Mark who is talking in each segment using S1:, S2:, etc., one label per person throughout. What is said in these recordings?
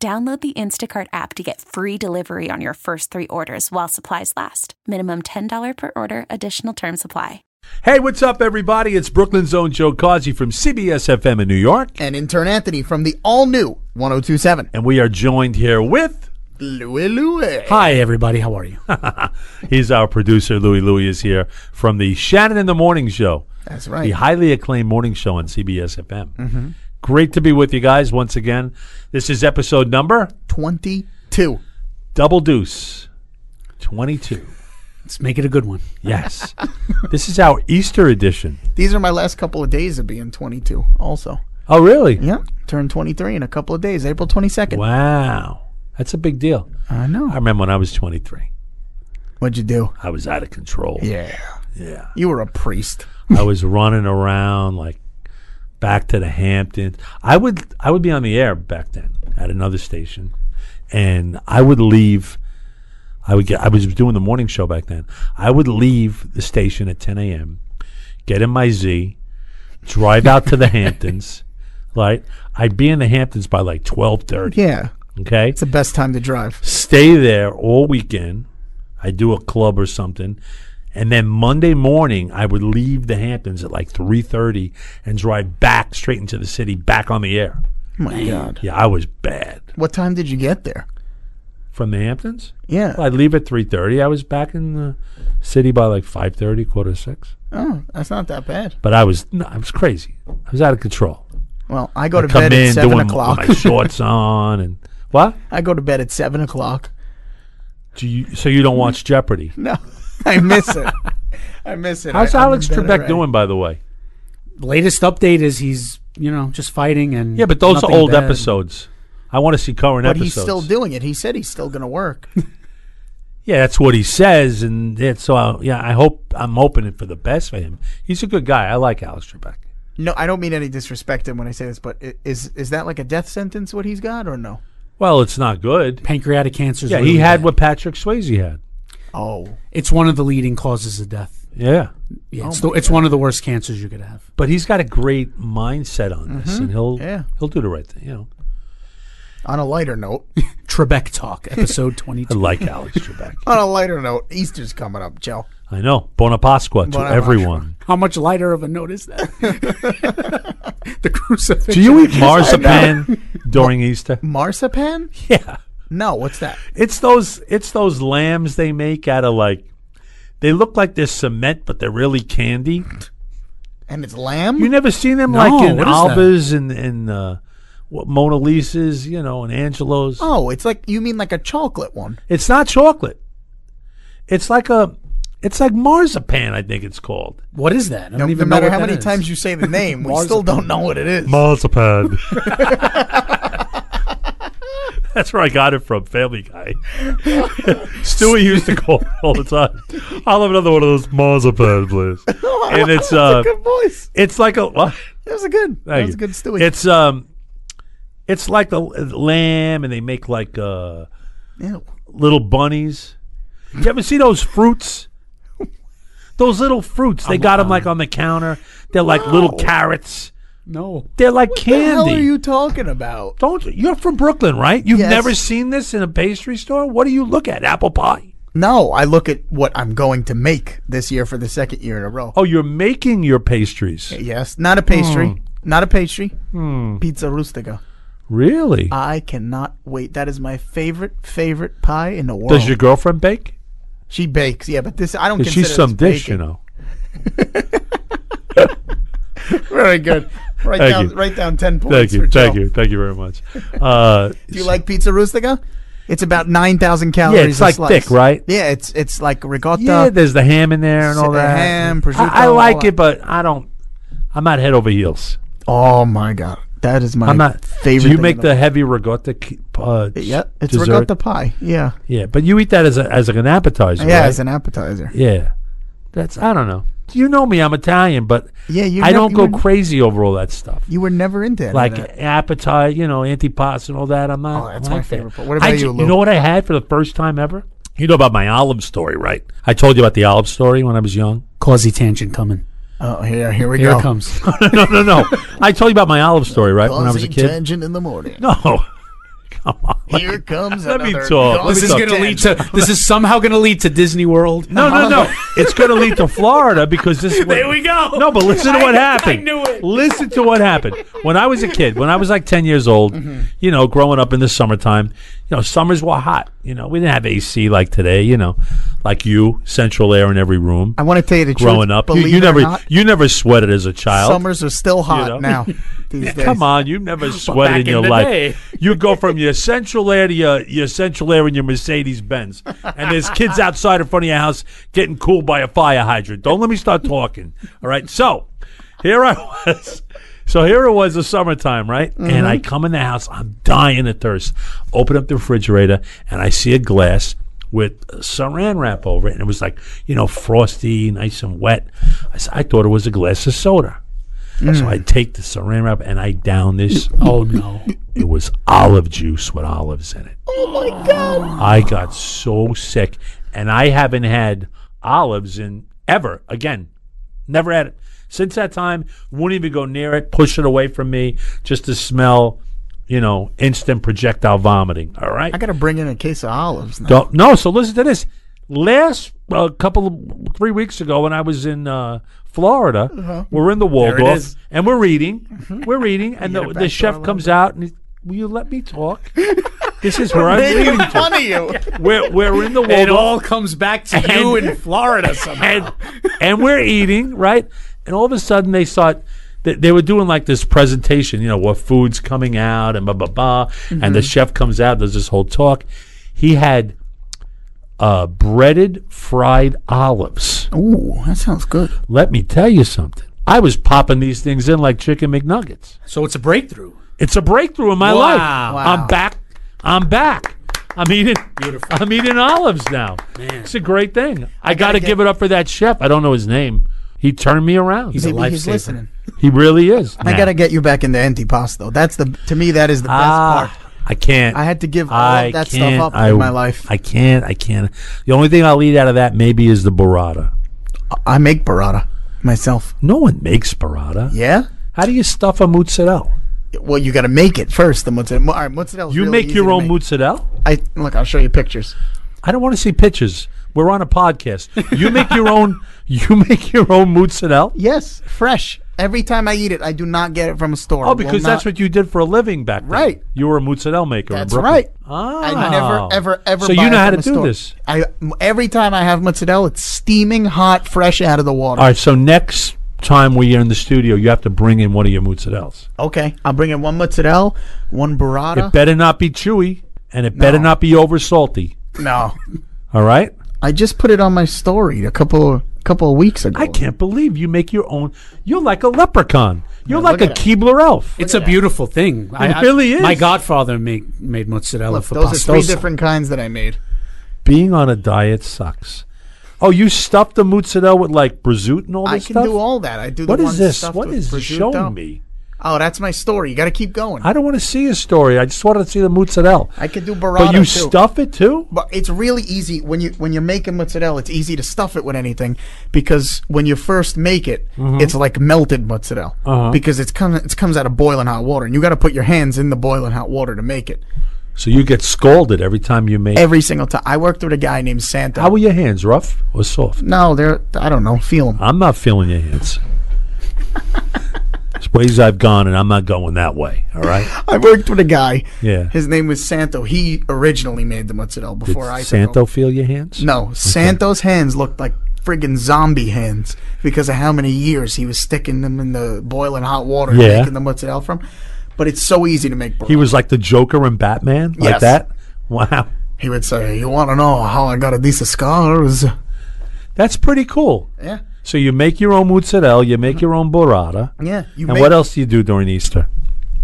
S1: Download the Instacart app to get free delivery on your first three orders while supplies last. Minimum $10 per order, additional term supply.
S2: Hey, what's up, everybody? It's Brooklyn's own Joe Causey from CBS FM in New York,
S3: and intern Anthony from the all new 1027.
S2: and we are joined here with.
S3: Louie Louie.
S4: Hi, everybody. How are you?
S2: He's our producer, Louie Louie, is here from the Shannon in the Morning Show,
S3: That's
S2: the
S3: right.
S2: highly acclaimed morning show on CBS FM.
S4: Mm-hmm.
S2: Great to be with you guys once again. This is episode number
S3: 22.
S2: Double Deuce 22.
S4: Let's make it a good one.
S2: Yes. this is our Easter edition.
S3: These are my last couple of days of being 22, also.
S2: Oh, really?
S3: Yeah. Turn 23 in a couple of days, April 22nd.
S2: Wow. That's a big deal.
S3: I
S2: I
S3: know.
S2: remember when I was 23,
S3: What'd you do?
S2: I was out of control.
S3: Yeah.
S2: Yeah.
S3: You were a priest.
S2: I was running around like back to the Hamptons. I would I would be on the air back then at another station, and I would leave. I would get. I was doing the morning show back then. I would leave the station at 10 a.m. Get in my Z, drive out to the Hamptons. Right, I'd be in the Hamptons by like 12:30.
S3: Yeah.
S2: Okay,
S3: It's the best time to drive.
S2: stay there all weekend. I do a club or something, and then Monday morning I would leave the Hamptons at like three thirty and drive back straight into the city, back on the air.
S3: my God.
S2: Yeah, I was bad
S3: What time did you get there?
S2: from the Hamptons.
S3: Yeah.
S2: I'd leave at three thirty. I was back in the city by like five thirty, quarter to six.
S3: Oh, that's not that bad.
S2: But I was no, I was crazy. I was out of control.
S3: Well, I go to
S2: Come
S3: bed at
S2: in
S3: 7
S2: doing with
S3: o'clock.
S2: my shorts on and what?
S3: I go to bed at 7 o'clock.
S2: Do you, so you don't watch Jeopardy?
S3: No, I miss it. I miss it.
S2: How's
S3: I- I'm
S2: Alex
S3: in bed
S2: Trebek
S3: already.
S2: doing, by the way?
S4: Latest update is he's, you know, just fighting and
S2: Yeah, but those are
S4: nothing
S2: old
S4: bad.
S2: episodes. I want to see current
S3: But
S2: episodes.
S3: he's still doing it. He said he's still going to work.
S2: yeah, that's what he says, and it's so I, yeah. I hope I'm hoping it for the best for him. He's a good guy. I like Alex Trebek.
S3: No, I don't mean any disrespect to him when I say this, but i- is is that like a death sentence what he's got or no?
S2: Well, it's not good.
S4: Pancreatic cancer.
S2: Yeah, he had what Patrick Swayze had.
S3: Oh,
S4: It's one of the leading causes of death.
S2: Yeah,
S4: Yeah, it's, the, it's one of the worst cancers you could have.
S2: but he's got a great mindset on this, and he'll
S3: Yeah.
S2: he'll do the right thing. You know,
S3: on a lighter note,
S4: Trebek Talk, episode
S2: I
S4: 22.
S2: like Alex Trebek.
S3: on a lighter note, Easter's coming up, Joe.
S2: I know. Bonapasqua to
S3: Bonapasqua.
S2: everyone.
S4: How much lighter of a note is that? the crucifix.
S2: Do you eat marzipan during Easter?
S3: Marzipan?
S2: Yeah.
S3: No, what's that?
S2: It's those it's those lambs they make out of like they look like they're cement, but they're really candy.
S3: And it's lamb.
S2: You never seen them
S4: No,
S2: like in
S4: what is
S2: Alba's and and uh, what Mona Lisa's, you know, and Angelo's.
S3: oh, it's like you mean like a chocolate one.
S2: It's not chocolate. It's like a it's like marzipan, I think it's called.
S4: What is that? I
S3: No,
S4: don't even
S3: no
S4: know
S3: matter
S4: what
S3: how
S4: that
S3: many
S4: is.
S3: times you say the name, we still don't know what it is.
S2: Marzipan. That's where I got it from, Family Guy. Stewie used to call it all the time. I'll have another one of those marzipan, please. And it's uh,
S3: Good voice.
S2: it's like a what?
S3: That was a good.
S2: Thank
S3: that was
S2: you.
S3: a good Stewie.
S2: It's um, it's like the l- lamb, and they make like uh
S3: Ew.
S2: little bunnies. You ever see those fruits? Those little fruits they got 'em got them like on the counter. They're like little carrots.
S4: No.
S2: They're like
S3: What the hell are
S2: candy.
S3: you talking about?
S2: Don't you? You're from Brooklyn, right? You've
S3: Yes.
S2: never seen this in a pastry store. What do you look at? Apple pie.
S3: No, I look at what I'm going to make this year for the second year in a row.
S2: Oh, you're making your pastries.
S3: Yes, not a pastry.
S2: Hmm.
S3: Not a pastry. Pizza rustica.
S2: Really?
S3: I cannot wait. That is my favorite favorite pie in the world.
S2: Does your girlfriend bake?
S3: she bakes? Yeah, but this I don't.
S2: 'Cause
S3: consider
S2: She's some
S3: this
S2: dish, you
S3: baking.
S2: know.
S3: Very good. Write
S2: Thank
S3: down
S2: you.
S3: write down ten points.
S2: Thank
S3: for
S2: you, thank
S3: Joe.
S2: you, thank you very much. Uh,
S3: Do you like pizza rustica? It's about nine thousand calories.
S2: it's
S3: a
S2: like
S3: slice.
S2: thick, right?
S3: Yeah, it's it's like ricotta.
S2: Yeah, there's the ham in there and
S3: Sit-
S2: all that.
S3: ham, prosciutto,
S2: I, I
S3: all
S2: like
S3: that.
S2: it, but I don't. I'm not head over heels.
S3: Oh my god. That is my
S2: I'm not.
S3: favorite.
S2: do you
S3: thing
S2: make
S3: in
S2: the heavy regatta? c- Uh,
S3: yeah? It's
S2: dessert?
S3: regatta pie. Yeah,
S2: Yeah, but you eat that as a, as like an appetizer.
S3: yeah,
S2: right?
S3: as an appetizer.
S2: yeah. That's I don't know. You know me. I'm Italian, but
S3: Yeah, you.
S2: I
S3: nev-
S2: don't
S3: you
S2: go
S3: were-
S2: crazy over all that stuff.
S3: You were never into any of
S2: like
S3: that.
S2: appetite, you know, antipasto and all that. I'm not.
S3: Oh, that's
S2: I'm
S3: my
S2: not that.
S3: favorite part. What about
S2: I
S3: you,
S2: ju-
S3: Lou?
S2: You know what I had for the first time ever? You know about my olive story, right? I told you about the olive story when I was young.
S4: Causey tangent coming.
S3: Oh, here, here we
S4: Here
S3: go.
S4: it comes.
S2: no, no, no. I told you about my olive story, right? When I was a kid.
S3: tangent in the morning.
S2: No, come on.
S3: Here comes
S2: Let me
S3: another
S2: talk.
S3: causey
S2: Let
S4: this
S2: me
S4: is
S2: talk.
S4: going to lead to. This is somehow going to lead to Disney World.
S2: No, no, no. it's going to lead to Florida because this.
S4: There we go.
S2: No, but listen to
S4: I-
S2: what happened.
S4: I knew it.
S2: Listen to what happened. When I was a kid, when I was like ten years old,
S3: Mm-hmm.
S2: you know, growing up in the summertime, you know, summers were hot. You know, we didn't have AC like today. You know, like you, central air in every room.
S3: I want to tell you the
S2: growing
S3: truth.
S2: up, you,
S3: believe
S2: you
S3: it or
S2: never,
S3: not,
S2: you never sweated as a child.
S3: summers are still hot
S2: know.
S3: now. These days.
S2: Come on, you never sweated in
S4: back in
S2: your
S4: the
S2: life.
S4: day.
S2: You go from your central air to your, your central air in your Mercedes Benz, and there's kids outside in front of your house getting cooled by a fire hydrant. Don't let me start talking. All right, so here I was. So here it was, the summertime, right? And I
S4: Mm-hmm.
S2: come in the house, I'm dying of thirst. Open up the refrigerator, and I see a glass with saran wrap over it, and it was like you know frosty, nice and wet. I, s- I thought it was a glass of soda. So I take the saran wrap and I down this.
S4: Oh no.
S2: It was olive juice with olives in it. Oh my god! I got so sick, and I haven't had olives in ever again. Never had it since that time. Wouldn't even go near it. Push it away from me just to smell, you know, instant projectile vomiting. All right.
S3: I gotta bring in a case of olives now.
S2: Don't, no, so listen to this. Last uh, couple of three weeks ago, when I was in uh, Florida, we're in the
S4: it
S2: Waldorf
S4: is.
S2: and we're eating, we're eating, and
S3: You
S2: the, the
S3: gotta backdoor
S2: chef
S3: a
S2: comes out and he, will you let me talk? this is where I'm eating.
S3: Making fun of you.
S2: We're, we're in the
S4: It
S2: Waldorf
S4: all comes back to you in Florida somehow.
S2: and and we're eating right, and all of a sudden they start. They, they were doing like this presentation, you know, what food's coming out and blah blah blah, and the chef comes out, does this whole talk. He had uh, breaded fried olives.
S3: Ooh, that sounds good.
S2: Let me tell you something. I was popping these things in like chicken McNuggets.
S4: So it's a breakthrough.
S2: It's a breakthrough in my
S4: Wow.
S2: life.
S4: Wow.
S2: I'm back. I'm back. I'm eating.
S4: Beautiful.
S2: I'm eating olives now. It's a great thing. I, got to give it up for that chef. I don't know his name. He turned me around.
S4: a
S3: Maybe he's
S4: lifesaver.
S3: listening.
S2: He really is.
S3: I gotta get you back into antipasto. That's the to me that is the best
S2: Ah,
S3: part.
S2: I can't.
S3: I had to give all
S2: I
S3: of that stuff
S2: can't.
S3: up
S2: I-
S3: in my life.
S2: I can't. I can't. The only thing I'll eat out of that maybe is the burrata.
S3: I make burrata myself.
S2: No one makes burrata.
S3: Yeah.
S2: How do you stuff a mozzarella?
S3: Well, you got to make it first. The mozzarella. All right, mozzarella.
S2: You make your own mozzarella?
S3: I look. I'll show you pictures.
S2: I don't want to see pictures. We're on a podcast. You make your own. You make your own mozzarella.
S3: Yes, fresh. Every time I eat it, I do not get it from a store.
S2: Oh, because that's what you did for a living back then.
S3: Right.
S2: You were a mozzarella maker. in
S3: That's
S2: Brooklyn.
S3: right.
S2: Ah.
S3: I never, ever, ever.
S2: So
S3: buy
S2: you know
S3: it
S2: how
S3: from
S2: to
S3: a
S2: do
S3: store.
S2: this.
S3: I m- every time I have mozzarella, it's steaming hot, fresh out of the water.
S2: All right. So next time we are in the studio, you have to bring in one of your mozzarellas.
S3: Okay, I'll bring in one mozzarella, one burrata.
S2: It better not be chewy, and it better not be over salty.
S3: no,
S2: All right.
S3: I just put it on my story a couple, couple of weeks ago.
S2: I can't believe you make your own. You're like a leprechaun. You're like
S3: look
S2: a
S3: at it.
S2: Keebler elf.
S4: It's a beautiful thing. It
S2: really is.
S4: My godfather made, made mozzarella
S3: Look,
S4: for
S3: those are three
S4: pastosa.
S3: different kinds that I made.
S2: Being on a diet sucks. Oh, you stuffed the mozzarella with like brisket and all this
S3: I can
S2: stuff.
S3: do all that. I do.
S2: what
S3: the one
S2: is this?
S3: stuffed
S2: What
S3: with
S2: is this
S3: prosciutto.
S2: showing me?
S3: Oh, that's my story. You got to keep going.
S2: I don't want to see a story. I just wanted to see the mozzarella.
S3: I could do
S2: but
S3: burrata
S2: you
S3: too.
S2: stuff it too.
S3: But it's really easy when you when you're making mozzarella. It's easy to stuff it with anything because when you first make it, it's like melted mozzarella
S2: Mm-hmm. Uh-huh.
S3: because it's come it comes out of boiling hot water, and you got to put your hands in the boiling hot water to make it
S2: So you get scolded every time you make.
S3: every single time. I worked with a guy named Santa.
S2: How were your hands? Rough or soft?
S3: no, they're I don't know. Feel 'em.
S2: I'm not feeling your hands. There's ways I've gone, and I'm not going that way. All right.
S3: I worked with a guy.
S2: Yeah.
S3: His name was Santo. He originally made the mozzarella before I. took
S2: Santo feel your hands?
S3: No, Santos' hands looked like friggin' zombie hands because of how many years he was sticking them in the boiling hot water
S2: Yeah.
S3: and making the mozzarella from. But it's so easy to make burrata.
S2: He was like the Joker in Batman, like
S3: Yes.
S2: that. Wow,
S3: He would say, "You want to know how I got these scars?"
S2: that's pretty cool.
S3: Yeah,
S2: So you make your own mozzarella, you make your own burrata,
S3: yeah. You
S2: and
S3: make-
S2: what else do you do during Easter?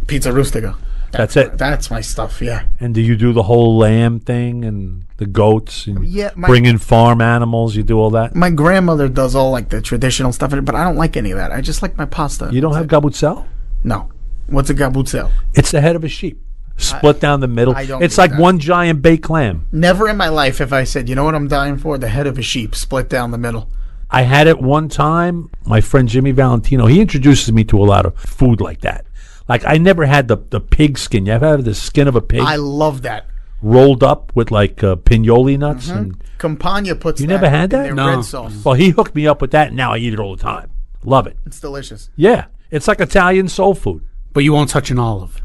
S3: Pizza Rustica.
S2: That's it.
S3: That's my stuff. Yeah.
S2: And do you do the whole lamb thing and the goats and
S3: Yeah, my-
S2: bring in farm animals? You do all that.
S3: My grandmother does all like the traditional stuff, but I don't like any of that. I just like my pasta.
S2: You don't have gabutzel?
S3: No. What's a gabutzel?
S2: It's the head of a sheep, split down the middle.
S3: I don't
S2: It's
S3: do
S2: like
S3: that.
S2: one giant baked lamb.
S3: Never in my life have I said, you know what I'm dying for? The head of a sheep split down the middle.
S2: I had it one time. My friend Jimmy Valentino, he introduces me to a lot of food like that. Like I never had the the pig skin. You ever had the skin of a pig
S3: I love that.
S2: rolled up with like uh, pinoli nuts?
S3: Mm-hmm.
S2: And
S3: Campagna puts
S2: you
S3: that
S2: never had
S3: in
S2: that?
S3: their
S2: No.
S3: red sauce.
S2: well, he hooked me up with that. And now I eat it all the time. Love it.
S3: It's delicious.
S2: Yeah, it's like Italian soul food.
S4: But you won't touch an olive.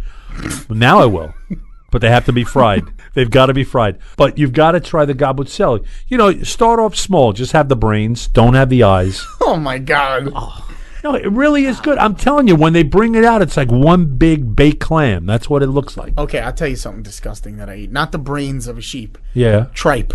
S2: Well, now I will. But they have to be fried. They've got to be fried. But you've got to try the gabutzel. You know, start off small. Just have the brains. Don't have the eyes.
S3: Oh my god.
S2: No, it really is good. I'm telling you, when they bring it out, it's like one big baked clam. That's what it looks like.
S3: Okay, I'll tell you something disgusting that I eat. Not the brains of a sheep.
S2: Yeah.
S3: Tripe.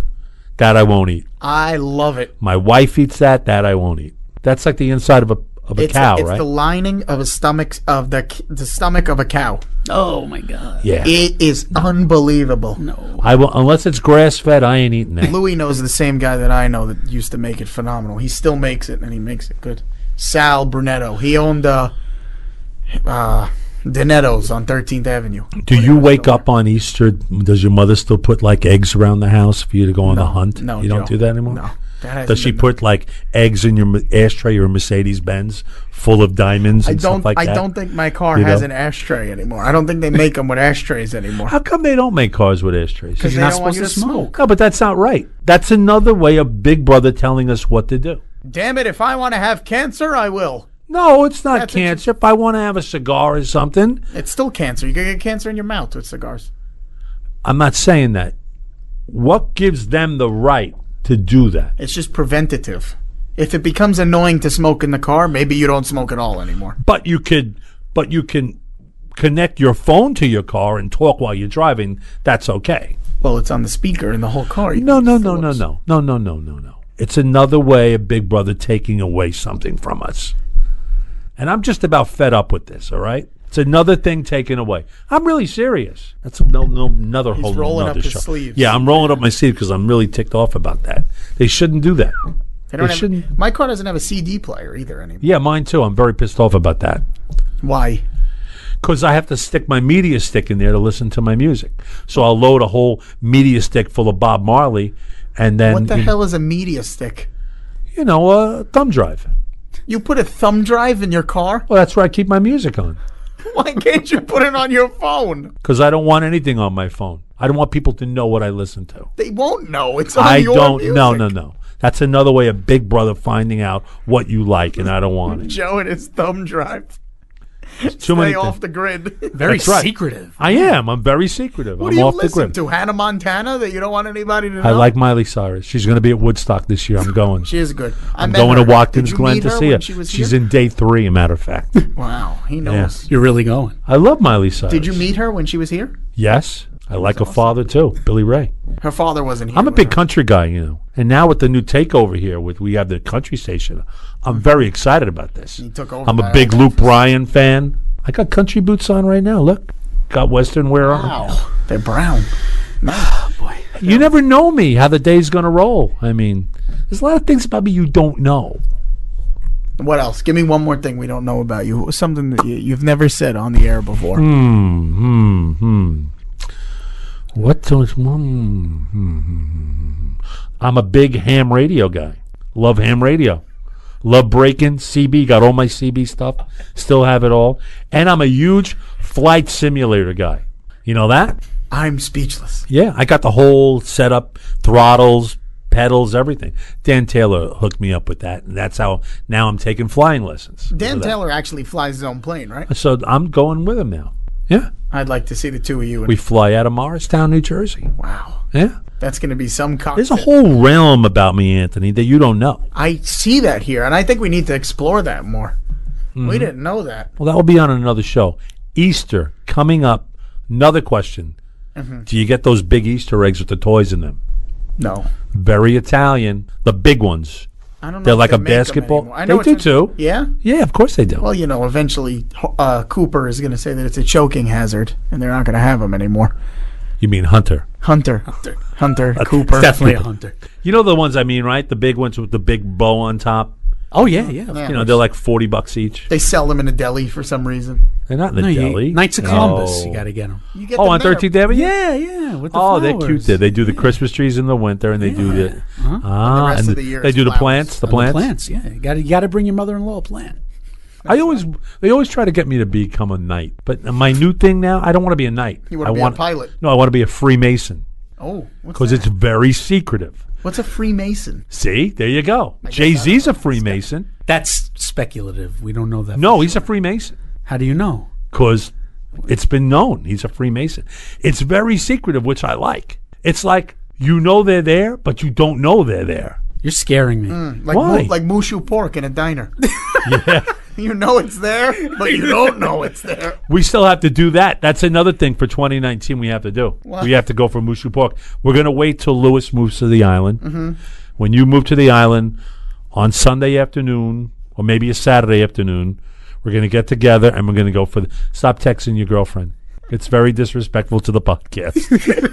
S2: That I won't eat.
S3: I love it.
S2: My wife eats that. That I won't eat. That's like the inside of a of a
S3: It's,
S2: cow,
S3: it's
S2: right?
S3: the lining of a stomach of the c- the stomach of a cow.
S4: Oh my god.
S2: yeah.
S3: It is unbelievable.
S4: No.
S2: I will unless it's grass fed. I ain't eating that.
S3: Louis knows the same guy that I know that used to make it phenomenal. He still makes it, and he makes it good. Sal Brunetto. He owned uh, uh, Donetto's on 13th Avenue.
S2: Do you wake up on Easter? Does your mother still put like eggs around the house for you to go on the hunt?
S3: no,
S2: you don't do
S3: Joe.
S2: that anymore.
S3: No, that hasn't
S2: Does she
S3: been-
S2: put like eggs in your m- ashtray or Mercedes Benz full of diamonds
S3: I
S2: and
S3: don't.
S2: stuff like
S3: I
S2: that?
S3: don't think my car
S2: You
S3: has
S2: don't?
S3: an ashtray anymore. I don't think they make them with ashtrays anymore.
S2: How come they don't make cars with ashtrays?
S3: Because
S4: you're
S3: they
S4: not
S3: don't want
S4: supposed
S3: you
S4: to
S3: to smoke.
S2: No, but that's not right. That's another way of Big Brother telling us what to do.
S3: Damn it! If I want to have cancer, I will.
S2: No, it's not
S3: That's what you-
S2: cancer. If I want to have a cigar or something,
S3: It's still cancer. You can get cancer in your mouth with cigars.
S2: I'm not saying that. What gives them the right to do that?
S3: It's just preventative. If it becomes annoying to smoke in the car, maybe you don't smoke at all anymore.
S2: But you could, but you can connect your phone to your car and talk while you're driving. That's okay.
S3: Well, it's on the speaker in the whole car. You
S2: No,
S3: can
S2: no,
S3: just
S2: no, no,
S3: Phillips.
S2: no, no, no, no, no, no. It's another way of Big Brother taking away something from us. And I'm just about fed up with this. All right, it's another thing taken away. I'm really serious. That's no, no, another whole
S3: rolling
S2: another
S3: up his
S2: show.
S3: sleeves.
S2: Yeah, I'm rolling up my sleeves because I'm really ticked off about that. They shouldn't do that.
S3: They don't
S2: They
S3: have-
S2: shouldn't-
S3: My car doesn't have a CD player either anymore.
S2: Yeah, mine too. I'm very pissed off about that.
S3: Why?
S2: because I have to stick my media stick in there to listen to my music. So I'll load a whole media stick full of Bob Marley, and then
S3: What the
S2: you,
S3: hell is a media stick?
S2: you know a thumb drive.
S3: You put a thumb drive in your car?
S2: Well, that's where I keep my music on
S3: Why can't you put it on your phone?
S2: because I don't want anything on my phone. I don't want people to know what I listen to.
S3: They won't know. It's on
S2: I
S3: your
S2: don't.
S3: music.
S2: No, no, no. That's another way of Big Brother finding out what you like, and I don't want it.
S3: Joe and his thumb drive.
S2: Too
S3: Stay
S2: many.
S3: off
S2: thi-
S3: the grid.
S4: Very
S2: That's right.
S4: secretive.
S2: I am. I'm very secretive.
S3: What
S2: I'm
S3: do you
S2: off the
S3: listen
S2: grid.
S3: to? Hannah Montana that you don't want anybody to know?
S2: I like Miley Cyrus. She's going to be at Woodstock this year. I'm going.
S3: She is good. I
S2: I'm
S3: met
S2: going to
S3: her. Did
S2: Watkins
S3: you
S2: Glen
S3: meet
S2: to
S3: her
S2: see
S3: when
S2: her.
S3: she was
S2: She's
S3: here?
S2: in day three, a matter of fact.
S3: Wow, he knows.
S4: You're really going.
S2: I love Miley Cyrus.
S3: Did you meet her when she was here?
S2: Yes. I like a father too, Billy Ray.
S3: Her father wasn't here.
S2: I'm a
S3: with
S2: big
S3: her.
S2: country guy, you know. And now with the new takeover here, with we have the country station, I'm very excited about this.
S3: Mm-hmm. took over
S2: I'm a
S3: by
S2: big
S3: all
S2: Luke Bryan fan. I got country boots on right now. Look, got Western wear on.
S3: Wow, they're brown.
S2: You never know me how the day's gonna roll. I mean, there's a lot of things about me you don't know.
S3: What else? Give me one more thing we don't know about you. Something that you, you've never said on the air before.
S2: Hmm, hmm. What does hmm, hmm, hmm, hmm. I'm a big ham radio guy. Love ham radio. Love breaking CB. Got all my CB stuff. Still have it all. And I'm a huge flight simulator guy. You know that?
S3: I'm speechless.
S2: Yeah, I got the whole setup, throttles, pedals, everything. Dan Taylor hooked me up with that, and that's how now I'm taking flying lessons.
S3: Dan
S2: for that.
S3: Taylor actually flies his own plane, right?
S2: So I'm going with him now. Yeah,
S3: I'd like to see the two of you. And,
S2: we fly out of Morristown, New Jersey.
S3: wow,
S2: Yeah.
S3: that's going to be some cockpit.
S2: There's a whole realm about me, Anthony, that you don't know.
S3: I see that here, and I think we need to explore that more.
S2: Mm-hmm.
S3: We didn't know that.
S2: Well, that will be on another show. Easter coming up. Another question.
S3: Mm-hmm.
S2: Do you get those big Easter eggs with the toys in them?
S3: No,
S2: Very Italian. The big ones.
S3: I don't know.
S2: They're
S3: if
S2: like
S3: they
S2: a
S3: make 'em
S2: basketball-
S3: anymore. I
S2: They
S3: know it's
S2: do
S3: in-
S2: too.
S3: Yeah.
S2: Yeah, of course they do.
S3: Well, you know, eventually uh, Cooper is going to say that it's a choking hazard, and they're not going to have him anymore.
S2: you mean Hunter?
S3: Hunter, Hunter, Cooper.
S4: Definitely a hunter.
S2: You know the ones I mean, right? The big ones with the big bow on top.
S4: Oh yeah, yeah.
S3: Yeah.
S2: You know, they're like forty bucks each.
S3: They sell them in a deli for some reason.
S2: They're not in the
S4: No, you-
S2: deli.
S4: Knights of Columbus.
S2: No.
S4: You got to get them.
S3: You get
S2: oh,
S3: them
S2: on
S3: there.
S2: Thirteenth Avenue.
S4: Yeah, yeah. With the
S2: Oh,
S4: flowers.
S2: they're cute. There, they do the Christmas trees in the winter, and they do the ah,
S3: the rest
S2: and
S3: of the year
S2: they
S3: it's
S2: do the
S3: flowers.
S2: plants. The
S4: And Oh, the
S2: plants.
S4: plants. Yeah, you got to you got to bring your mother-in-law a plant.
S2: I always they always try to get me to become a knight, but my new thing now I don't want to be a knight.
S3: You wanna
S2: I
S3: be a
S2: want-
S3: pilot.
S2: No, I want to be a Freemason
S3: Oh, what's
S2: because
S3: that?
S2: it's very secretive.
S3: what's a Freemason?
S2: See, there you go. Jay Z's a Freemason.
S4: That's speculative. We don't know that.
S2: No, he's a Freemason
S4: How do you know?
S2: because it's been known he's a Freemason. It's very secretive, which I like. It's like you know they're there, but you don't know they're there.
S4: You're scaring me.
S3: Like
S2: Why?
S3: Mu- like mushu pork in a diner. you know it's there, but you don't know it's there.
S2: We still have to do that. That's another thing for 2019 we have to do. We have to go for Mushu Pork. We're going to wait till Lewis moves to the island. When you move to the island on Sunday afternoon or maybe a Saturday afternoon, we're going to get together and we're going to go for the. Stop texting your girlfriend. It's very disrespectful to the podcast.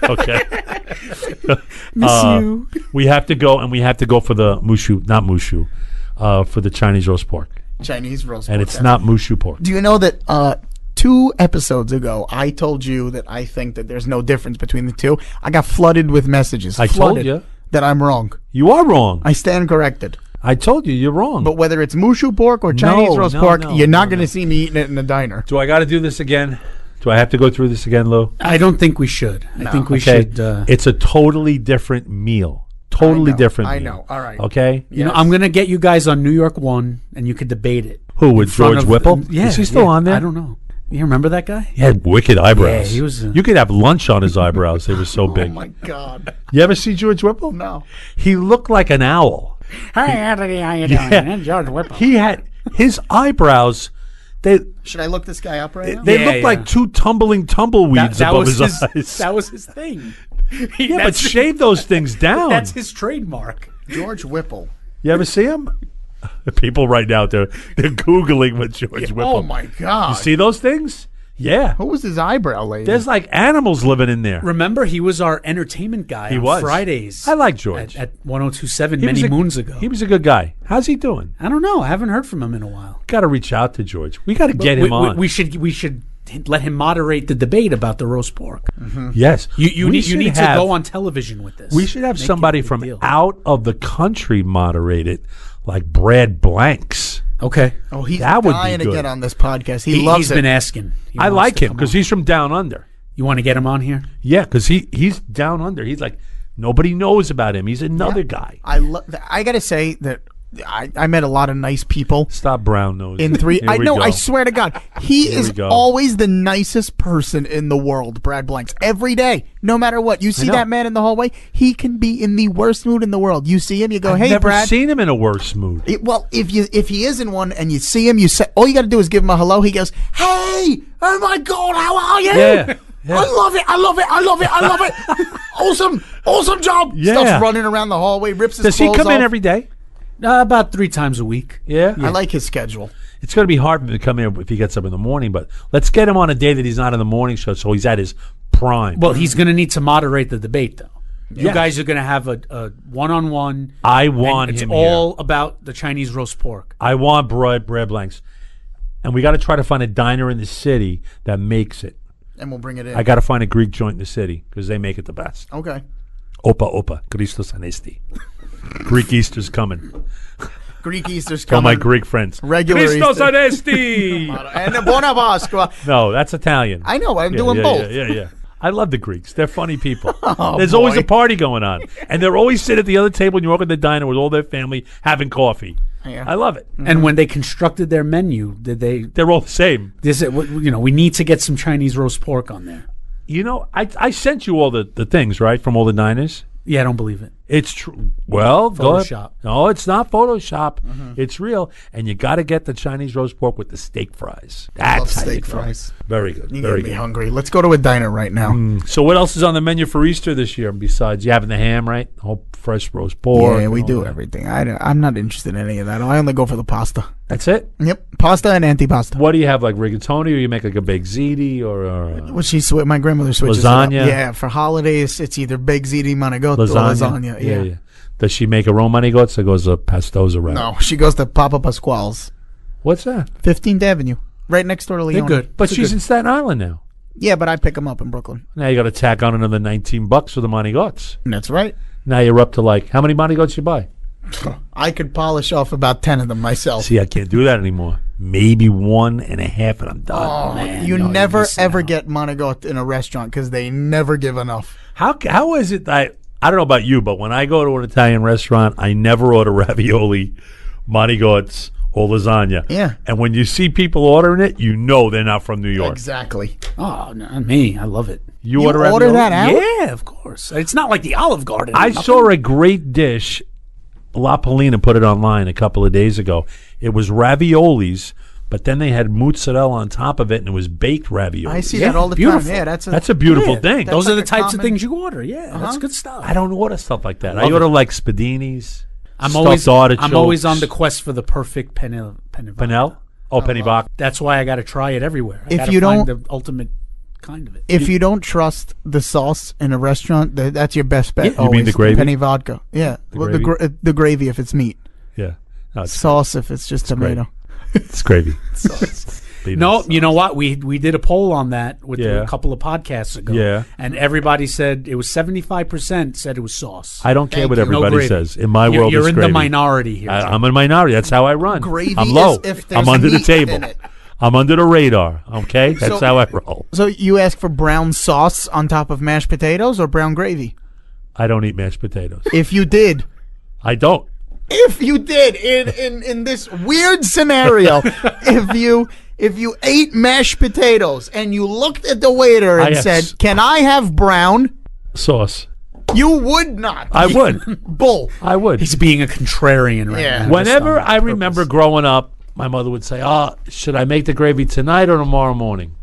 S2: okay.
S4: Miss
S2: Uh,
S4: you.
S2: We have to go and we have to go for the Mushu, not Mushu, uh, for the Chinese roast pork.
S3: Chinese roast.
S2: And
S3: pork.
S2: it's not Mushu pork.
S3: Do you know that uh, two episodes ago I told you that I think that there's no difference between the two? I got flooded with messages.
S2: I told
S3: flooded
S2: you.
S3: that I'm wrong.
S2: You are wrong. I,
S3: I stand corrected.
S2: told you, you're wrong.
S3: But whether it's mushu pork or Chinese
S2: No,
S3: roast
S2: no,
S3: pork,
S2: no,
S3: you're not
S2: no,
S3: going to see me eating it in a diner.
S2: Do I got to do this again? Do I have to go through this again, Lou?
S4: I don't think we should. I think we should. Uh,
S2: it's a totally different meal. Totally
S3: I know,
S2: different.
S3: I
S2: meal.
S3: know. All right.
S2: Okay.
S4: you know, I'm gonna get you guys on New York One, and you could debate it.
S2: Who would
S4: In front
S2: George
S4: of-
S2: Whipple?
S4: Yeah,
S2: Is he still
S4: yeah.
S2: on there?
S4: I don't know. You remember that guy?
S2: He had wicked eyebrows.
S4: Yeah, he was, uh,
S2: you could have lunch on his eyebrows. They were so
S3: Oh
S2: big.
S3: my god.
S2: you ever see George Whipple?
S3: No.
S2: He looked like an owl.
S4: Hi, Anthony. How you
S2: Yeah.
S4: I'm George Whipple.
S2: He had his eyebrows. They
S3: Should I look this guy up right now?
S2: they
S4: Yeah,
S2: looked
S4: yeah.
S2: like two tumbling tumbleweeds above his, eyes.
S4: That was his thing. He-
S2: yeah, but
S4: that's-
S2: shave those things down.
S4: That's his trademark.
S3: George Whipple.
S2: You ever see him? People right now they're they're googling with George Whipple.
S3: Oh my god.
S2: See those things? Yeah.
S3: Who was his eyebrow lady?
S2: There's like animals living in there.
S4: Remember, he was our entertainment guy
S2: He
S4: on
S2: was
S4: Fridays.
S2: I like George.
S4: at, at 1027
S2: He
S4: many
S2: was a-
S4: moons ago.
S2: He was a good guy. How's he doing?
S4: I don't know. I haven't heard from him in a while.
S2: Got to reach out to George. We got to get
S4: we,
S2: him
S4: we-
S2: on.
S4: We should we should let him moderate the debate about the roast pork.
S2: yes.
S4: You you
S2: Mm-hmm. We
S4: need you
S2: should
S4: need
S2: have-
S4: to go on television with this.
S2: We should have
S4: Make it
S2: somebody
S4: a big
S2: from
S4: deal.
S2: out of the country moderate it, like Brad Blanks.
S4: Okay,
S3: oh, he's
S2: that would be
S3: dying to
S2: good.
S3: get on this podcast. He,
S4: he,
S3: loves
S4: has
S3: it.
S4: been asking. He
S2: I
S4: wants
S2: like
S4: to
S2: him
S4: come
S2: because
S4: on.
S2: he's from down under.
S4: You want to get him on here?
S2: Yeah, because he he's down under. He's like nobody knows about him. He's another guy.
S3: I love. I gotta say that I, I met a lot of nice people
S2: Stop brown nose.
S3: in three.
S2: Here
S3: I
S2: we
S3: know. I
S2: go.
S3: swear to God, he
S2: Here we
S3: is
S2: go.
S3: always the nicest person in the world. Brad Blanks every day, no matter what. You see
S2: know.
S3: that man in the hallway, he can be in the worst mood in the world. You see him, you go,
S2: I've
S3: "Hey,
S2: never
S3: Brad."
S2: seen him in a worse mood.
S3: It- well, if you if he is in one and you see him, you say all you got to do is give him a hello. He goes, "Hey, oh my God, how are you?
S2: Yeah, yeah.
S3: I love it, I love it, I love it, I love it. awesome, awesome job."
S2: Yeah.
S3: Stuff's running around the hallway, rips his
S2: Does he
S3: clothes
S2: come in
S3: off.
S2: every day?
S4: Uh, about three times a week.
S2: Yeah.
S3: I like his schedule.
S2: It's going to be hard for him to come in if he gets up in the morning, but let's get him on a day that he's not in the morning show so he's at his prime.
S4: Well, he's going to need to moderate the debate, though. You guys are going to have a, a one-on-one.
S2: I
S4: and
S2: want
S4: it's
S2: him
S4: all
S2: here.
S4: about the Chinese roast pork.
S2: I want bread, bread blanks. And we got to try to find a diner in the city that makes it.
S3: and we'll bring it in.
S2: I got to find a Greek joint in the city because they make it the best.
S3: okay.
S2: Opa, opa, Christos Anesti. Greek Easter's coming.
S3: Greek Easter's
S2: All
S3: coming.
S2: my Greek friends.
S3: Regular
S2: Christos
S3: Easter.
S2: Anesti.
S3: and the Buona Pasqua.
S2: no, that's Italian.
S3: I know. I'm
S2: Yeah,
S3: doing
S2: yeah,
S3: both. Oh,
S2: Yeah, yeah, yeah. I love the Greeks. They're funny people. There's always
S3: boy.
S2: a party going on. And they're always sitting at the other table when you walk in the diner with all their family having coffee.
S3: Yeah.
S2: I love it.
S4: And when they constructed their menu, did they?
S2: They're all the same.
S4: This, you know, we need to get some Chinese roast pork on there.
S2: You know, I, I sent you all the, the things, right, from all the diners?
S4: Yeah, I don't believe it.
S2: It's true. Well, go ahead.
S4: Photoshop.
S2: No, it's not Photoshop.
S3: Mm-hmm.
S2: It's real, and you got to get the Chinese roast pork with the steak fries. That's
S3: Love
S2: how you
S3: steak
S2: go.
S3: fries.
S2: Very good.
S3: You
S2: very
S3: get me
S2: good.
S3: hungry. Let's go to a diner right now.
S2: So what else is on the menu for Easter this year besides you having the ham, right? The whole fresh roast pork.
S3: yeah,
S2: and
S3: we
S2: all
S3: do
S2: that.
S3: everything. I don't, I'm not interested in any of that. I only go for the pasta.
S2: That's it.
S3: Yep, pasta and antipasta.
S2: What do you have, like rigatoni, or you make like a baked ziti, or, or uh,
S3: Well, she swi- my grandmother switches it up.
S2: Lasagna.
S3: Yeah, for holidays it's either baked ziti manigotti
S2: lasagna?
S3: or lasagna. Yeah.
S2: Does she make a Romani goats or goes a pastoza rabbit?
S3: No, she goes to Papa Pasquale's,
S2: What's that?
S3: 15th Avenue, right next door to
S4: They're
S3: Leone.
S4: good.
S2: But
S4: They're
S2: she's
S4: good.
S2: in Staten Island now.
S3: Yeah, but I pick them up in Brooklyn.
S2: Now you got to tack on another nineteen bucks for the Monty Goats.
S3: And that's right.
S2: Now you're up to like how many Monty Goats you buy?
S3: I could polish off about 10 of them myself.
S2: See, I can't do that anymore. Maybe one and a half, and I'm done.
S3: Oh,
S2: man.
S3: you
S2: No, you're
S3: never
S2: missing
S3: ever
S2: out.
S3: get manigotti in a restaurant because they never give enough.
S2: How ca- how is it that I don't know about you, but when I go to an Italian restaurant, I never order ravioli, Monty Goats, or lasagna.
S3: Yeah.
S2: And when you see people ordering it, you know they're not from New York.
S3: Exactly.
S4: Oh, not me. I love it.
S2: You,
S3: You
S2: order,
S3: order
S2: ravioli?
S3: that out?
S4: Yeah, of course. It's not like the Olive Garden.
S2: I
S4: Nothing.
S2: saw a great dish. La Polina put it online a couple of days ago. It was raviolis, but then they had mozzarella on top of it, and it was baked ravioli.
S3: I see
S4: Yeah,
S3: that all the
S4: beautiful.
S3: time. Yeah, that's a,
S2: That's a beautiful thing.
S3: that's
S4: Those are the
S3: like a
S4: types of
S3: common-
S4: things you order. Yeah, that's good stuff.
S2: I don't order stuff like that. I,
S4: Love
S2: order like spadinis.
S4: I'm
S2: stuffed
S4: always
S2: artichokes.
S4: I'm always on the quest for the perfect penne. penne
S2: Penel? Oh, Penny Bach.
S4: That's why I got to try it everywhere. I
S3: If
S4: gotta
S3: you
S4: find
S3: don't-
S4: the ultimate kind of it.
S3: If you don't trust the sauce in a restaurant, th- that's your best bet.
S2: Yeah. You mean
S3: always.
S2: the gravy?
S3: Penny vodka. Yeah. Well, The,
S2: gravy?
S3: gra- uh, the gravy if it's meat.
S2: Yeah. No, it's,
S3: Sauce if it's just tomato.
S2: it's gravy. Leave
S4: No,
S2: us.
S4: you know what? We we did a poll on that with
S2: Yeah.
S4: a couple of podcasts ago.
S2: Yeah.
S4: And everybody said it was 75% said it was sauce.
S2: I don't care what
S3: you.
S4: No
S2: everybody
S4: gravy.
S2: says. In my
S4: you're
S2: world,
S4: you're
S2: it's
S4: in
S2: gravy.
S4: the minority here.
S2: I, I'm in minority. That's how I run.
S3: Gravy
S2: I'm low.
S3: is if there's
S2: I'm under the
S3: meat
S2: table.
S3: in it.
S2: I'm under the radar. Okay, that's
S3: So-
S2: how I roll.
S3: So you ask for brown sauce on top of mashed potatoes or brown gravy?
S2: I don't eat mashed potatoes.
S3: If you did,
S2: I don't.
S3: if you did in in in this weird scenario, if you if you ate mashed potatoes and you looked at the waiter
S2: I
S3: and
S2: have s-
S3: said, "Can I have brown?"
S2: Sauce.
S3: You would not.
S2: I would.
S3: Bull.
S2: I would.
S4: He's being a contrarian right
S3: Yeah.
S4: now. just
S2: Whenever
S4: on
S2: I
S4: purpose.
S2: remember growing up, my mother would say, "Ah, should I make the gravy tonight or tomorrow morning?"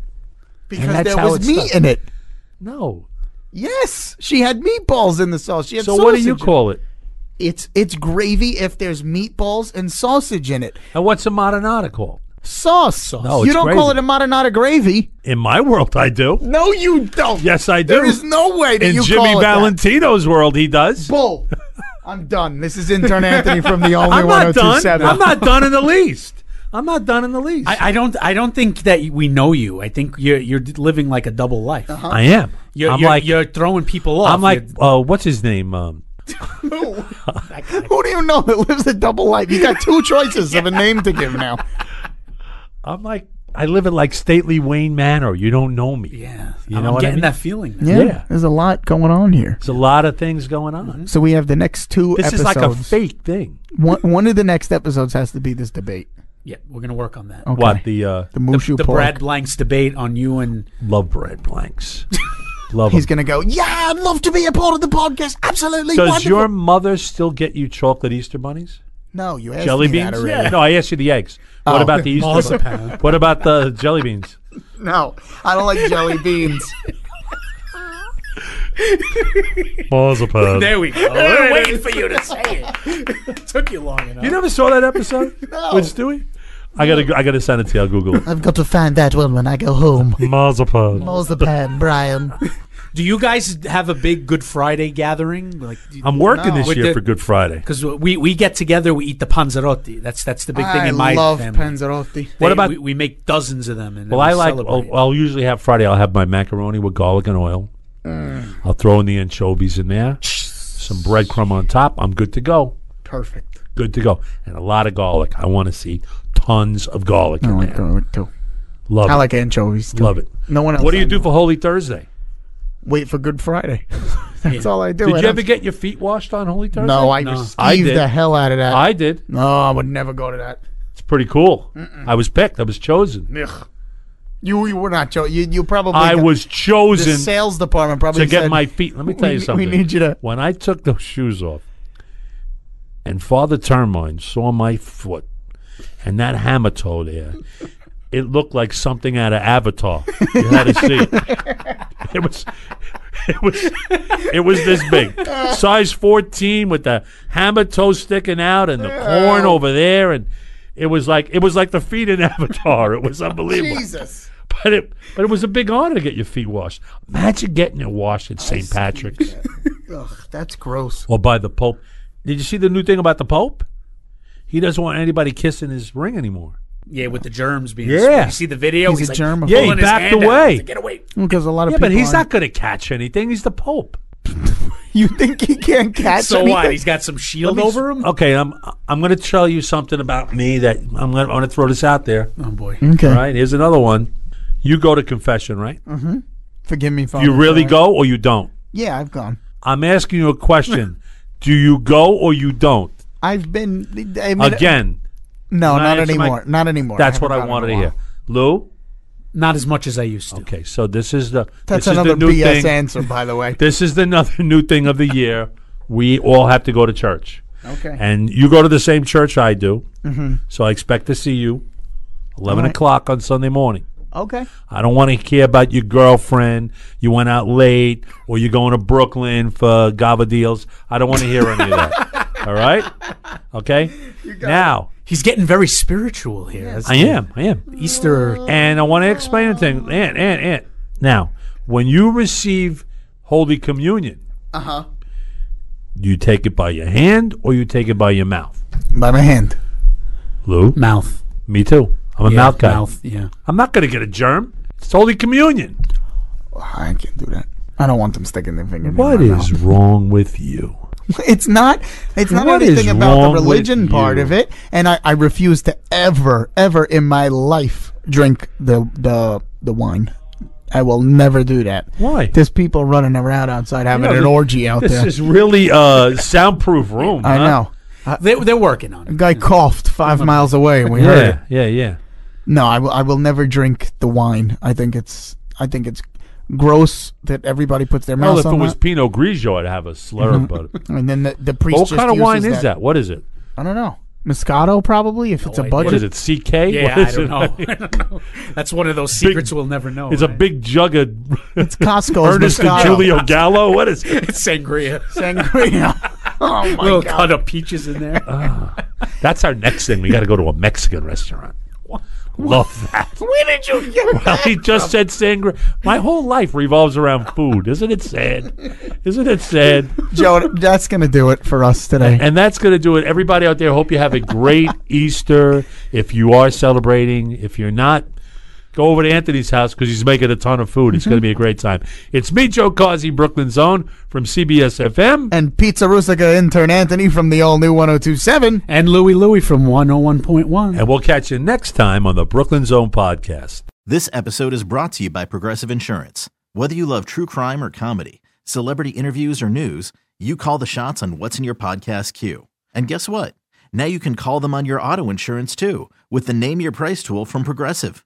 S3: Because
S2: that's
S3: there
S2: how
S3: was
S2: it's
S3: meat
S2: done.
S3: in it.
S2: No.
S3: Yes, she had meatballs in the sauce. She had
S2: So what do
S3: sausage
S2: you
S3: in-
S2: call it?
S3: It's it's gravy if there's meatballs and sausage in it.
S2: And what's a marinara called?
S3: Sauce.
S2: No,
S3: you
S2: it's
S3: don't call it
S2: gravy.
S3: a marinara gravy.
S2: In my world, I do.
S3: No, you don't.
S2: Yes, I do.
S3: There is no way that
S2: In
S3: you
S2: Jimmy
S3: call it that.
S2: Valentino's world, he does.
S3: Bull. I'm done. This is intern Anthony from the only
S2: I'm not done.
S3: 1027.
S2: I'm not done in the least. I'm not done in the least.
S4: I, I don't I don't think that we know you. I think you're you're living like a double life.
S3: Uh-huh.
S2: I am.
S4: You're,
S2: I'm
S4: you're,
S2: like
S4: you're throwing people off.
S2: I'm like
S4: You're-
S2: uh, what's his name? Um,
S3: Who do you know that lives a double life? You got two choices of a name to give now.
S2: I'm like I live at like stately Wayne Manor. You don't know me.
S4: yeah,
S2: You
S4: I'm
S2: know what I
S4: getting
S2: mean?
S4: that feeling. now.
S2: Yeah.
S3: There's a lot going on here.
S2: There's a lot of things going on.
S3: So we have the next two
S2: This
S3: episodes.
S2: is like a fake thing.
S3: One, one of the next episodes has to be this debate.
S4: Yeah, we're gonna work on that.
S3: Okay.
S2: What the uh,
S3: The Mushu
S4: The
S3: Oh, pork.
S4: Brad Blanks debate on you and
S2: love bread blanks? love. 'em.
S3: He's going to go, yeah, I'd love to be a part of the podcast. Absolutely.
S2: Does
S3: wonderful."
S2: your mother still get you chocolate Easter bunnies,
S3: No, you asked
S2: jelly
S3: me
S2: beans?
S3: that already.
S2: No, I asked you the eggs. What
S3: Oh.
S2: about the Easter?
S4: Marzipan.
S2: what about the jelly beans?
S3: No, I don't like jelly beans.
S2: Marzipan. Oh.
S4: There we go. We're waiting for you to say it. Took you long enough.
S2: You never saw that episode
S3: No.
S2: with Stewie? I gotta, go- I gotta send it to you. I'll Google it.
S3: I've got to find that one when I go home.
S2: Marzipan.
S3: Marzipan, Brian.
S4: Do you guys have a big Good Friday gathering? Like,
S2: I'm working this
S4: With
S2: year
S4: the-
S2: for Good Friday.
S4: because we, we get together, we eat the panzerotti. That's that's the big thing in my family.
S3: panzerotti.
S4: They-
S2: What about-
S4: we, we make dozens of them? And
S2: Well,
S4: then
S2: I
S4: we
S2: like.
S4: celebrate.
S2: I'll, I'll usually have Friday. I'll have my macaroni with garlic and oil.
S3: Mm.
S2: I'll throw in the anchovies in there, some breadcrumb on top. I'm good to go.
S3: Perfect.
S2: Good to go. And a lot of garlic. I want to see tons of garlic
S3: I
S2: in
S3: like
S2: there.
S3: garlic too.
S2: Love
S3: I
S2: it.
S3: like anchovies too.
S2: Love it.
S3: No one else.
S2: What do
S3: I
S2: you do
S3: know.
S2: for Holy Thursday?
S3: Wait for Good Friday. That's all I do.
S2: Did
S3: I
S2: you
S3: don't-
S2: ever get your feet washed on Holy Thursday?
S3: No, I
S4: No.
S3: received
S2: I did.
S3: the hell out of that.
S2: I did.
S3: no, I would never go to that.
S2: It's pretty cool. I was picked. I was chosen.
S3: Ugh. You, you were not chosen. You, you probably.
S2: I was
S3: The
S2: chosen
S3: sales department probably
S2: to get
S3: said,
S2: my feet. Let me tell
S3: "We-
S2: you
S3: we
S2: something.
S3: need you to-"
S2: When I took those shoes off, and Father Termine saw my foot and that hammer toe there, it looked like something out of Avatar. You had to see it. It was. It was, it was this big, size fourteen, with the hammer toe sticking out and the corn
S3: Oh.
S2: over there, and it was like it was like the feet in Avatar. It was unbelievable.
S3: Jesus.
S2: But it but it was a big honor to get your feet washed. Imagine getting it washed at St. Patrick's
S3: Ugh, that's gross.
S2: or by the Pope. Did you see the new thing about the Pope? He doesn't want anybody kissing his ring anymore.
S4: Yeah, with the germs being.
S2: Yeah.
S4: You see the video?
S3: He's a
S4: like
S3: germaphobe.
S2: Yeah, he
S4: pulling his
S2: backed
S4: hand out.
S2: away.
S4: He's like, Get away.
S3: Because a lot of
S2: Yeah,
S3: people.
S2: but he's
S3: aren't-
S2: not going to catch anything. He's the Pope.
S3: You think he can't catch?
S4: So
S3: anything?
S4: what? He's got some shield over him?
S2: Okay, I'm I'm going to tell you something about me that I'm going to throw this out there.
S4: Oh, boy.
S3: Okay.
S2: All right, here's another one. You go to confession, right?
S3: Forgive me, Father.
S2: You really
S3: Terror.
S2: go or you don't?
S3: Yeah, I've gone.
S2: I'm asking you a question. Do you go or you don't?
S3: I've been. I mean,
S2: Again,
S3: No,
S2: Can I
S3: not
S2: answer my-
S3: anymore. not anymore.
S2: that's
S3: haven't
S2: what I
S3: gone in a
S2: wanted to
S3: while.
S2: hear. Lou,
S4: Not as much as I used to.
S2: Okay, so this is the
S3: That's
S2: this
S3: another
S2: is the new
S3: BS
S2: thing.
S3: answer, by the way.
S2: This is the another new thing of the year. We all have to go to church,
S3: Okay.
S2: and you go to the same church I do. Mm-hmm. So I expect to see you eleven
S3: Alright.
S2: o'clock on Sunday morning.
S3: okay.
S2: I don't want to hear about your girlfriend. You went out late, or you're going to Brooklyn for gava deals. I don't want to hear any of that. All right, okay. Now
S4: He's getting very spiritual here. That's
S2: I
S4: the
S2: am. I am.
S4: Easter.
S2: And I want to explain a thing. And, and, and. Now, when you receive Holy Communion,
S3: Uh huh.
S2: you take it by your hand or you take it by your mouth?
S3: By my hand.
S2: Lou?
S4: Mouth.
S2: Me too. I'm a
S4: Yeah,
S2: mouth guy.
S4: Mouth, yeah.
S2: I'm not going to get a germ. It's Holy Communion.
S3: Oh, I can't do that. I don't want them sticking their finger. in
S2: What
S3: my
S2: is wrong with you?
S3: mouth. It's not. It's not
S2: What is
S3: anything about
S2: wrong
S3: the
S2: with
S3: religion part
S2: you?
S3: of it. And I, I refuse to ever, ever in my life drink the the the wine. I will never do that.
S2: Why?
S3: There's people running around outside having
S2: know,
S3: an
S2: th-
S3: orgy out
S2: This
S3: there.
S2: is really a soundproof room.
S3: I
S2: huh?
S3: know.
S4: Uh, They, they're working on
S3: A
S4: it.
S3: guy coughed five miles away, and we heard it.
S2: Yeah, yeah, yeah.
S3: No, I will. I will never drink the wine. I think it's. I think it's gross that everybody puts their
S2: Well,
S3: mouth
S2: if it
S3: on
S2: was
S3: that.
S2: Pinot Grigio, I'd have a slur about it.
S3: And then the, the priest.
S2: What
S3: just
S2: kind of
S3: uses
S2: wine is
S3: that.
S2: that? What is it?
S3: I don't know. Moscato, probably, if it's a
S4: idea.
S2: What is
S3: budget.
S2: it? CK?
S4: Yeah,
S2: What
S4: I
S2: is
S4: don't
S2: it?
S4: know. I don't know. That's one of those secrets we'll never know.
S2: It's a
S4: right?
S2: big jug of
S3: It's Costco's
S2: Ernest and
S3: Moscato.
S2: Julio Gallo. What is it?
S4: It's sangria.
S3: Sangria. oh my
S4: little
S3: god.
S4: cut of peaches in there.
S2: That's our next thing. We got to go to a Mexican restaurant. Love that.
S3: Where did you get
S2: Well, he just said sangria. My whole life revolves around food. Isn't it sad? Isn't it sad?
S3: Joe? That's gonna do it for us today.
S2: And that's going to do it. Everybody out there, hope you have a great Easter. If you are celebrating, if you're not, go over to Anthony's house because he's making a ton of food. It's
S3: Mm-hmm.
S2: going to be a great time. It's me, Joe Causey, Brooklyn Zone from CBS FM.
S3: And Pizza Rusica intern Anthony from the oh all new 1027.
S4: and Louie Louie from 101.1.
S2: And we'll catch you next time on the Brooklyn Zone podcast.
S5: This episode is brought to you by Progressive Insurance. Whether you love true crime or comedy, celebrity interviews or news, you call the shots on what's in your podcast queue. And guess what? Now you can call them on your auto insurance too with the Name Your Price tool from Progressive.